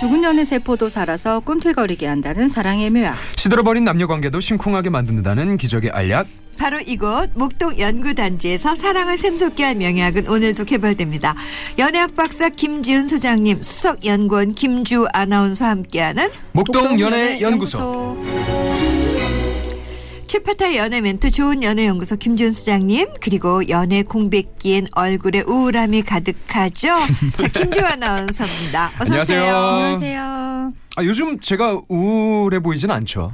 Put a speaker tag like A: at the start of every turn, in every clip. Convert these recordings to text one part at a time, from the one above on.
A: 소년의 세포도 살아서 꿈틀거리게 한다는 사랑의 묘약.
B: 시들어버린 남녀 관계도 심쿵하게 만든다는 기적의 알약.
C: 바로 이곳 목동 연구단지에서 사랑을 샘솟게 할 명약은 오늘도 개발됩니다. 연애학 박사 김지은 소장님, 수석 연구원 김주 아나운서와 함께하는
B: 목동 연애 연구소.
C: 최파타의 연애 멘트 좋은 연애 연구소 김지은 소장님 그리고 연애 공백기엔 얼굴에 우울함이 가득하죠. 자 김주 아나운서입니다. 어서
B: 안녕하세요.
C: 오세요.
A: 안녕하세요.
B: 아 요즘 제가 우울해 보이진 않죠.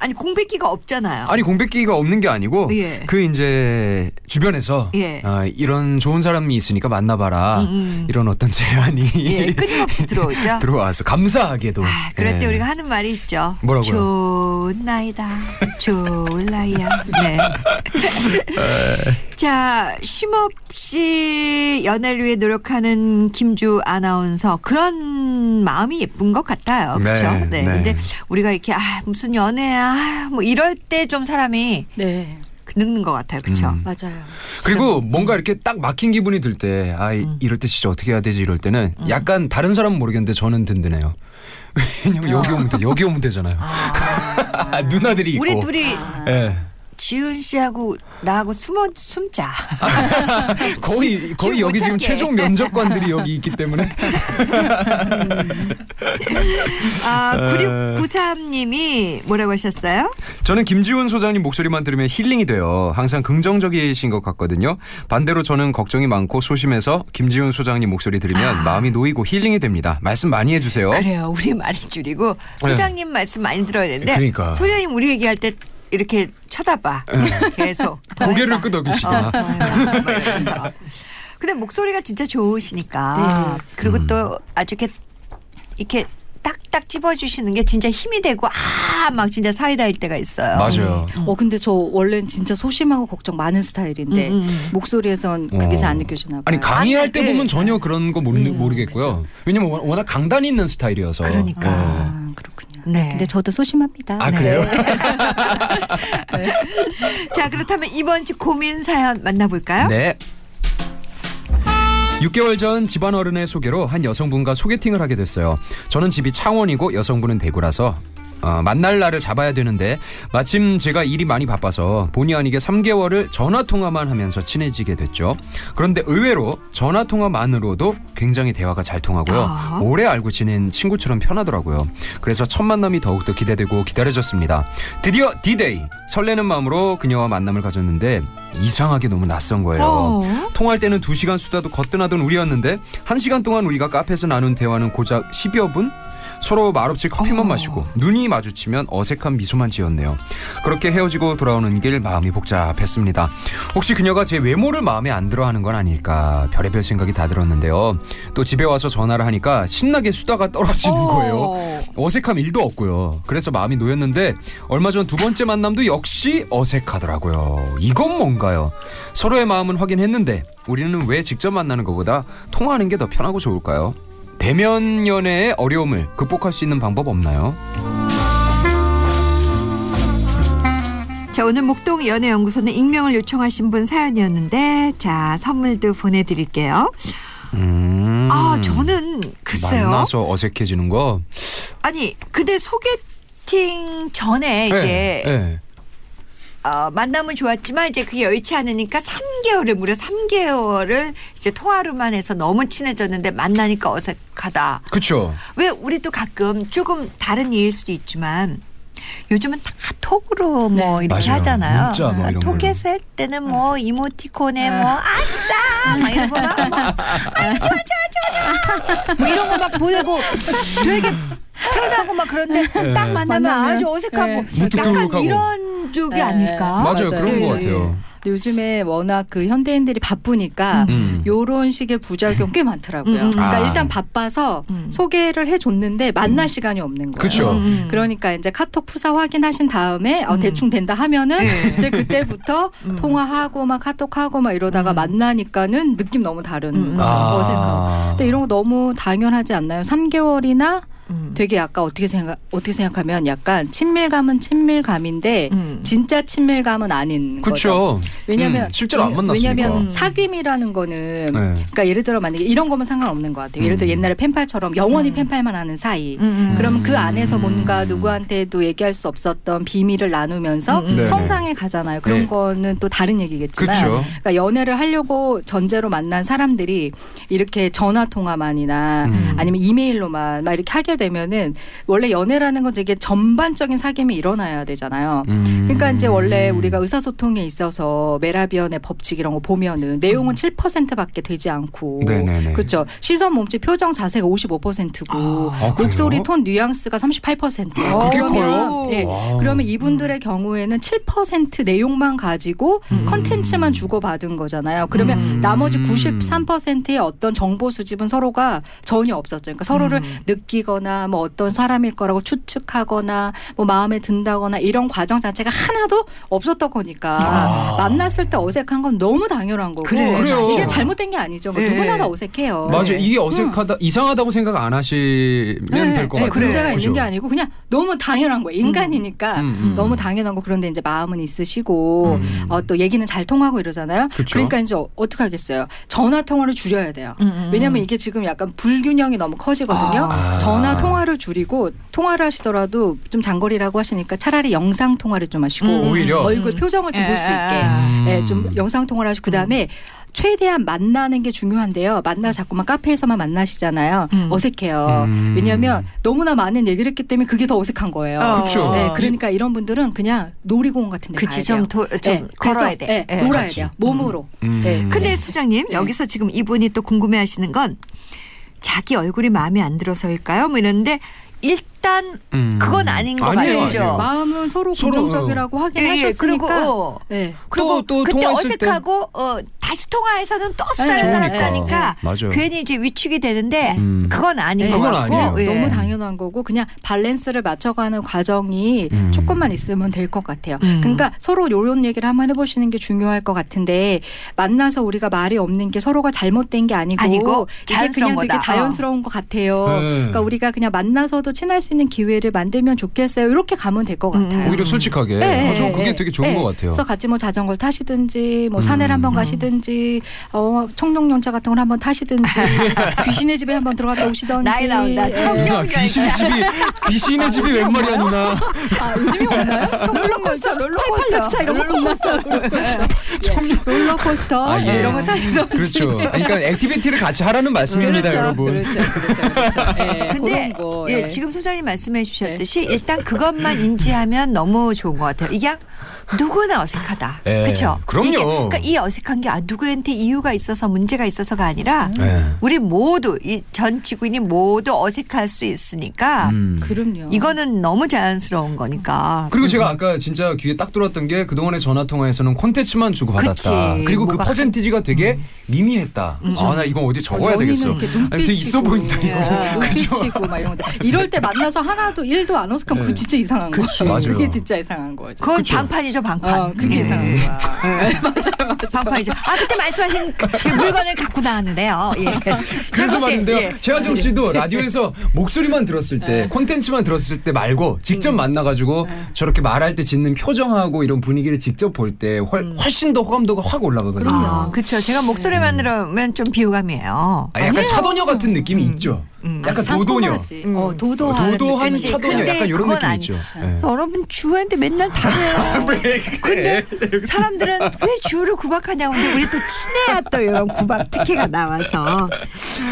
C: 아니 공백기가 없잖아요.
B: 아니 공백기가 없는 게 아니고
C: 예.
B: 그 이제 주변에서
C: 예.
B: 아, 이런 좋은 사람이 있으니까 만나봐라
C: 음, 음.
B: 이런 어떤 제안이
C: 예, 끊임없이 들어오죠.
B: 들어와서 감사하게도
C: 아, 그럴 때
B: 예.
C: 우리가 하는 말이 있죠.
B: 뭐라고요?
C: 좋은 나이다. 좋은 나이야. 네. 자, 쉼없이 연애를 위해 노력하는 김주 아나운서. 그런 마음이 예쁜 것 같아요. 그렇죠?
B: 네,
C: 네,
B: 네.
C: 근데 우리가 이렇게 아, 무슨 연애야. 아, 뭐 이럴 때 좀 사람이
A: 네,
C: 늙는 것 같아요. 그렇죠?
B: 음.
A: 맞아요.
B: 그리고 뭔가 이렇게 딱 막힌 기분이 들 때, 아,
C: 음.
B: 이- 이럴 때 진짜 어떻게 해야 되지 이럴 때는 약간 다른 사람은 모르겠는데 저는 든든해요. 왜냐면 여기 오면 돼, 여기 오면 되잖아요. 누나들이 있고.
C: 우리 둘이
B: 예.
C: 지은 씨하고 나하고 숨어 숨자.
B: 아. 거의, 거의
C: 지금
B: 여기
C: 못
B: 지금
C: 찾게.
B: 최종 면접관들이 여기 있기 때문에.
C: 아, 9693님이 뭐라고 하셨어요?
B: 저는 김지훈 소장님 목소리만 들으면 힐링이 돼요. 항상 긍정적이신 것 같거든요. 반대로 저는 걱정이 많고 소심해서 김지훈 소장님 목소리 들으면 마음이 놓이고 힐링이 됩니다. 말씀 많이 해주세요.
C: 그래요. 우리 말이 줄이고 소장님 말씀 많이 들어야 되는데
B: 네. 그러니까.
C: 소장님 우리 얘기할 때 이렇게 쳐다봐. 계속. 더
B: 네. 고개를
C: 해봐.
B: 끄덕이시구나.
C: 어, 더 해봐. 뭐 이러면서. 근데 목소리가 진짜 좋으시니까. 그리고
B: 음.
C: 또 아주 이렇게 이렇게 딱딱 집어주시는 게 진짜 힘이 되고 아 막 진짜 사이다일 때가 있어요.
B: 맞아요.
A: 어 근데 저 원래는 진짜 소심하고 걱정 많은 스타일인데
C: 음, 음, 음.
A: 목소리에선 그게 잘 안
B: 어.
A: 느껴지나 봐요.
B: 아니 네. 음, 강의할 때
C: 안-
B: 보면
C: 예.
B: 전혀 그런 거 모르, 모르겠고요. 왜냐면 워- 워낙 강단 있는 스타일이어서.
C: 그러니까.
B: 어.
A: 아, 그렇군요.
C: 네.
A: 근데 저도 소심합니다.
B: 아 그래요?
C: 자 그렇다면 이번 주 고민 사연 만나볼까요?
B: 네. 6개월 전 집안 어른의 소개로 한 여성분과 소개팅을 하게 됐어요. 저는 집이 창원이고 여성분은 대구라서 어, 만날 날을 잡아야 되는데 마침 제가 일이 많이 바빠서 본의 아니게 3개월을 전화 통화만 하면서 친해지게 됐죠. 그런데 의외로 전화 통화만으로도 굉장히 대화가 잘 통하고요.
C: 아.
B: 오래 알고 지낸 친구처럼 편하더라고요. 그래서 첫 만남이 더욱더 기대되고 기다려졌습니다. 드디어 디데이 설레는 마음으로 그녀와 만남을 가졌는데 이상하게 너무 낯선 거예요.
C: 어.
B: 통화할 때는 2시간 수다도 거뜬하던 우리였는데 1시간 동안 우리가 카페에서 나눈 대화는 고작 10여 분? 서로 말없이 커피만 마시고 눈이 마주치면 어색한 미소만 지었네요. 그렇게 헤어지고 돌아오는 길 마음이 복잡했습니다. 혹시 그녀가 제 외모를 마음에 안 들어하는 건 아닐까 별의별 생각이 다 들었는데요. 또 집에 와서 전화를 하니까 신나게 수다가 떨어지는 거예요.
C: 어.
B: 어색함 일도 없고요. 그래서 마음이 놓였는데 얼마 전 두 번째 만남도 역시 어색하더라고요. 이건 뭔가요? 서로의 마음은 확인했는데 우리는 왜 직접 만나는 것보다 통화하는 게 더 편하고 좋을까요? 대면 연애의 어려움을 극복할 수 있는 방법 없나요?
C: 자 오늘 목동 연애연구소는 익명을 요청하신 분 사연이었는데 자 선물도 보내드릴게요.
B: 음,
C: 아 저는 글쎄요.
B: 만나서 어색해지는 거.
C: 아니 근데 소개팅 전에 이제
B: 네,
C: 어, 만남은 좋았지만 이제 그게 여의치 않으니까 3개월을 무려 3개월을 이제 통화로만 해서 너무 친해졌는데 만나니까 어색하다.
B: 그렇죠.
C: 왜 우리도 가끔 조금 다른 이일 수도 있지만 요즘은 다 톡으로 뭐
A: 네. 음.
C: 이렇게
B: 맞아요.
C: 하잖아요.
B: 문자 뭐
C: 그러니까
B: 이런 걸로.
C: 톡에서 할 때는 뭐 이모티콘에 뭐 아싸 막 이런 거막 뭐, 아이 좋아 좋아 좋아 뭐 이런 거 막 보내고 되게 편하고 막 그런데 딱 만나면
A: 만나면,
C: 아주 어색하고
A: 네.
B: 네. 무뚝뚝하고.
C: 약간 이런 쪽이
A: 네. 맞-
C: 아닐까?
A: 맞아요.
B: 맞아요. 그런 것
C: 예, 예.
B: 같아요.
A: 근데 요즘에 워낙 그 현대인들이 바쁘니까
B: 음.
A: 네. 요런 식의 부작용 꽤 많더라고요.
C: 음, 음.
A: 그러니까
B: 아. 음.
A: 일단 바빠서
C: 음.
A: 소개를 해줬는데 만날 시간이 없는 거예요.
B: 그쵸.
C: 음.
A: 그러니까 이제 카톡 푸사 확인하신 다음에 어,
C: 음.
A: 대충 된다 하면은
C: 네.
A: 이제 그때부터
C: 음.
A: 통화하고 막 카톡하고 막 이러다가
C: 음.
A: 만나니까는 느낌 너무 다른
C: 음.
B: 아.
A: 거죠. 어색하고. 근데 이런 거 너무 당연하지 않나요? 3개월이나
C: 음.
A: 되게 아까 어떻게 생각 어떻게 생각하면 약간 친밀감은 친밀감인데
C: 음.
A: 진짜 친밀감은 아닌 거죠.
B: 그렇죠.
A: 왜냐면
B: 음, 실제로 안
A: 왜냐-
B: 만났으니까.
A: 왜냐면 사귐이라는 거는
B: 네.
A: 그러니까 예를 들어 만약에 이런 거면 상관없는 것 같아요. 예를 들어
B: 음.
A: 옛날에 팬팔처럼 영원히
C: 음.
A: 팬팔만 하는 사이.
C: 음, 음.
A: 그럼 그 안에서
B: 음.
A: 뭔가 누구한테도 얘기할 수 없었던 비밀을 나누면서
C: 음, 음.
A: 성장해 가잖아요. 그런
B: 네.
A: 거는 또 다른 얘기겠지만
B: 그렇죠.
A: 그러니까 연애를 하려고 전제로 만난 사람들이 이렇게 전화 통화만이나
B: 음.
A: 아니면 이메일로만 막 이렇게 하게 되면은 원래 연애라는 건 되게 전반적인 사귐이 일어나야 되잖아요.
B: 음.
A: 그러니까 이제 원래 우리가 의사소통에 있어서 메라비언의 법칙 이런 거 보면은 내용은 7%밖에 되지 않고
B: 음. 네네네.
A: 그렇죠. 시선, 몸짓, 표정, 자세가 55%고
B: 아, 그래요?
A: 목소리, 톤, 뉘앙스가 38%.
C: 아, 그게 커요?
A: 그러면 예.
B: 와우.
A: 그러면 이분들의 경우에는 7% 내용만 가지고
B: 음.
A: 컨텐츠만 주고받은 거잖아요. 그러면
C: 음.
A: 나머지 93%의 어떤 정보 수집은 서로가 전혀 없었죠. 그러니까 서로를
C: 음.
A: 느끼거나 뭐 어떤 사람일 거라고 추측하거나 뭐 마음에 든다거나 이런 과정 자체가 하나도 없었던 거니까
B: 아.
A: 만났을 때 어색한 건 너무 당연한 거고
C: 그래,
B: 그래요.
A: 이게 잘못된 게 아니죠. 뭐
C: 예.
A: 누구나 다 어색해요. 예.
B: 맞아
C: 네.
B: 이게 어색하다 이상하다고 생각 안 하시면 될 것 같아요.
A: 그래. 네. 예. 문제가
B: 그죠?
A: 있는 게 아니고 그냥 너무 당연한 거예요. 인간이니까
B: 음, 음.
A: 너무 당연한 거 그런데 이제 마음은 있으시고
B: 음.
A: 어, 또 얘기는 잘 통하고 이러잖아요.
B: 그쵸.
A: 러니까 이제 어떻게 하겠어요? 전화 통화를 줄여야 돼요.
C: 음, 음.
A: 왜냐하면 이게 지금 약간 불균형이 너무 커지거든요.
B: 아.
A: 전화 통화를 줄이고 통화를 하시더라도 좀 장거리라고 하시니까 차라리 영상 통화를 좀 하시고
C: 음,
B: 오히려.
A: 얼굴 표정을 좀 볼 수 있게
B: 음.
A: 예, 좀 영상 통화를 하시고 그다음에 최대한 만나는 게 중요한데요. 만나 자꾸만 카페에서만 만나시잖아요.
C: 음.
A: 어색해요.
B: 음.
A: 왜냐하면 너무나 많은 얘기를 했기 때문에 그게 더 어색한 거예요.
C: 어.
B: 그쵸.
A: 예, 그러니까 이런 분들은 그냥 놀이공원 같은 데
C: 그치
A: 가야 돼요.
C: 좀, 도, 좀
A: 예,
C: 걸어야
A: 그래서,
C: 돼.
A: 예,
C: 예.
A: 놀아야
B: 같이.
A: 돼요. 몸으로.
B: 음.
A: 네.
C: 근데 소장님
A: 네.
C: 여기서 지금 이분이 또 궁금해하시는 건 자기 얼굴이 마음에 안 들어서일까요? 뭐 이러는데 일단
B: 음.
C: 그건 아닌 거
B: 아니에요,
C: 맞죠?
B: 아니에요.
A: 마음은 서로
B: 서로,
A: 긍정적이라고 하긴
C: 예, 예, 그리고
A: 하셨으니까.
C: 어,
A: 예.
C: 그리고
B: 또
C: 그때
B: 통화했을 때.
C: 어색하고 어, 다시 통화해서는 또 수다를
A: 네,
C: 떨었다니까
B: 네. 맞아요.
C: 괜히 이제 위축이 되는데
B: 음.
C: 그건 아닌
A: 네.
C: 거
B: 그건
C: 같고
B: 아니에요.
C: 예.
A: 너무 당연한 거고 그냥 밸런스를 맞춰가는 과정이
B: 음.
A: 조금만 있으면 될 것 같아요.
C: 음.
A: 그러니까 서로 이런 얘기를 한번 해보시는 게 중요할 것 같은데 만나서 우리가 말이 없는 게 서로가 잘못된 게 아니고,
C: 아니고
A: 이게
C: 자연스러운
A: 그냥 되게
C: 거다.
A: 자연스러운 것 같아요.
B: 네.
A: 그러니까 우리가 그냥 만나서도 친할 수 있는 기회를 만들면 좋겠어요. 이렇게 가면 될 것
C: 음.
A: 같아요.
B: 오히려 솔직하게.
A: 네,
B: 아, 저는 그게
A: 네,
B: 되게 좋은
A: 네.
B: 것 같아요.
A: 그래서 같이 뭐 자전거를 타시든지 뭐
B: 음.
A: 산을 한번 가시든지 어, 청룡열차 같은 걸 한번 타시든지 귀신의 집에 한번 들어갔다 오시든지
C: 나이 나온다.
A: 예.
C: 청룡-
B: 누나 귀신의 집이 귀신의 집이
A: 그렇죠.
B: 웬 말이야 누나.
A: 아, 요즘에 오나요? 롤러코스터,
C: 롤러코스터.
A: 차 이런 거 만났어요. 네. 롤러코스터 네,
B: 아, 예.
A: 이런 거 타시던지.
B: 그렇죠. 그러니까 액티비티를 같이 하라는 말씀입니다,
A: 그렇죠.
B: 여러분.
A: 그렇죠. 그렇죠. 그렇죠. 예,
C: 근데
A: 그런 거.
C: 예,
A: 예.
C: 지금 소장님 말씀해 주셨듯이
B: 네.
C: 일단 그것만 인지하면 너무 좋은 것 같아요. 이게 누구나 어색하다.
B: 예,
C: 그렇죠?
B: 그럼요.
C: 그러니까 이 어색한 게 아, 누구한테 이유가 있어서 문제가 있어서가 아니라
B: 예.
C: 우리 모두 이 전 지구인이 모두 어색할 수 있으니까
B: 음.
A: 예. 그럼요.
C: 이거는 너무 자연스러운 거니까.
B: 그리고 제가 아까 진짜 귀에 딱 들어왔던 게 그동안의 전화 통화에서는 콘텐츠만 주고 받았다.
C: 그치.
B: 그리고 그
C: 뭐가
B: 퍼센티지가 되게 미미했다. 아 나 이건 어디 적어야
A: 연인은
B: 되겠어.
A: 이렇게
B: 아니, 되게 있어
A: 눈빛이고,
B: 보인다 이거.
A: 예, 눈빛이고 막 이런 거. 이럴 때 만나서 하나도 일도 안 어색하면 그거 진짜 이상한 거.
B: 네. 그치. 맞아요.
A: 그게 진짜 이상한 거죠.
C: 그건 방판이죠, 방판.
A: 어, 그게
C: 예.
A: 이상한 거야. 맞아요,
C: 방판이죠. 아 그때 말씀하신 그- 제 물건을 갖고 나왔는데요. 예.
B: 그래서
C: 그때,
B: 말인데요.
C: 예.
B: 재화정 씨도 라디오에서 목소리만 들었을 때, 콘텐츠만 들었을 때 말고 직접 만나가지고 저렇게 말할 때 짓는 표정하고 이런 분위기를 직접 볼 때 훨씬 더 호감도가 확 올라가거든요.
C: 아, 그렇죠. 제가
B: 음.
C: 목소리만 들으면 좀 비호감이에요.
B: 아, 약간 차도녀 같은 느낌이 있죠. 약간
A: 아,
B: 도도녀.
A: 상큼하지. 어, 도도한,
B: 도도한
A: 느낌이.
C: 차도-
B: 차도녀
C: 근데
B: 약간 이런
C: 그건
B: 느낌
C: 아니-
B: 있죠. 예.
C: 여러분 주한테 맨날 다래요 근데
B: 네.
C: 사람들은 왜 주를 구박하냐고 근데 우리 또 친해야 또 이런 구박 특혜가 나와서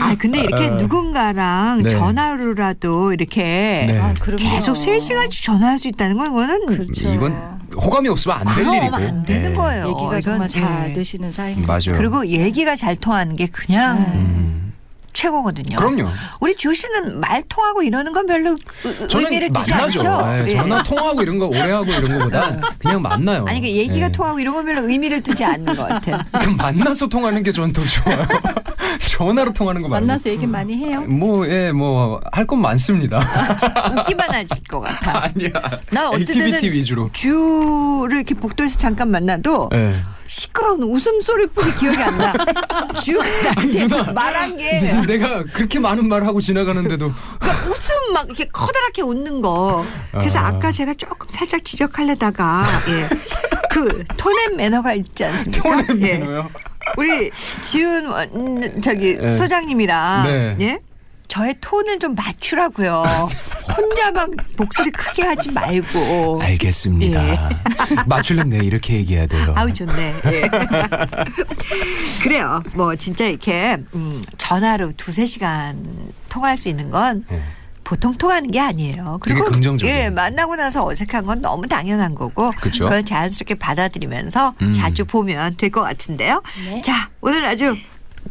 C: 아 근데 이렇게 누군가랑
B: 네.
C: 전화로라도 이렇게
B: 네.
A: 아, 그럼요.
C: 계속 세시간씩 전화할 수 있다는 건 이거는
A: 그렇죠.
B: 이건 호감이 없으면 안 될
C: 그럼
B: 일이고.
C: 안 되는
B: 예.
C: 거예요.
A: 얘기가
C: 이건,
A: 정말 잘
C: 예.
A: 되시는 사이.
B: 맞아요.
C: 그리고 얘기가 잘 통하는 게 그냥
B: 네.
A: 네.
B: 음.
C: 최고거든요.
B: 그럼요.
C: 우리 조 씨는 말 통하고 이러는 건 별로 의- 의미를 두지
B: 만나죠.
C: 않죠.
B: 예,
C: 예. 네.
B: 전화 통화하고 이런 거 오래 하고 이런 거보단 그냥 만나요.
C: 아니 그 얘기가
B: 예.
C: 통하고 이런 건 별로 의미를 두지 않는 것 같아요.
B: 그럼 그러니까 만나서 통하는 게 저는 더 좋아요. 전화로 통하는 거 말고.
A: 만나서 얘기 많이 해요.
B: 뭐, 예, 뭐, 할 건 많습니다.
C: 웃기만 할 것 같아.
B: 아니야.
C: 나 어떤 때는
B: 액티비티 위주로.
C: 주를 이렇게 복도에서 잠깐 만나도
B: 예.
C: 시끄러운 웃음소리뿐이 기억이 안 나. 주가 나한테 말한 게 예.
B: 내가 그렇게 많은 말 하고 지나가는데도
C: 그러니까 웃음 조금 막 이렇게 커다랗게 웃는 거. 그래서
B: 아.
C: 아. 까 제가 조금 살짝 지적하려다가 예. 그 톤앤 매너가 있지 않습니까?
B: 톤앤
C: 예.
B: 매너요?
C: 우리 지훈 원- 저기
B: 예.
C: 소장님이랑
B: 네.
C: 예? 저의 톤을 좀 맞추라고요. 혼자 막 목소리 크게 하지 말고.
B: 알겠습니다. 맞추려면 내가 이렇게 얘기해야 돼요.
C: 예. 아우 좋네. 예. 그래요. 뭐 진짜 이렇게 음, 전화로 두세 시간 통화할 수 있는 건
B: 예.
C: 보통 통하는 게 아니에요.
B: 되게 긍정적이에요.
C: 예, 만나고 나서 어색한 건 너무 당연한 거고
B: 그쵸.
C: 걸 자연스럽게 받아들이면서
B: 음.
C: 자주 보면 될 것 같은데요.
A: 네.
C: 자, 오늘 아주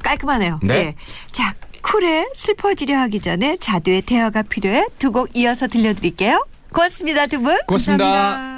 C: 깔끔하네요.
B: 네.
C: 예. 자, 쿨에 슬퍼지려 하기 전에 자두의 태화가 필요해 두 곡 이어서 들려드릴게요. 고맙습니다, 두 분.
B: 고맙습니다.
A: 감사합니다.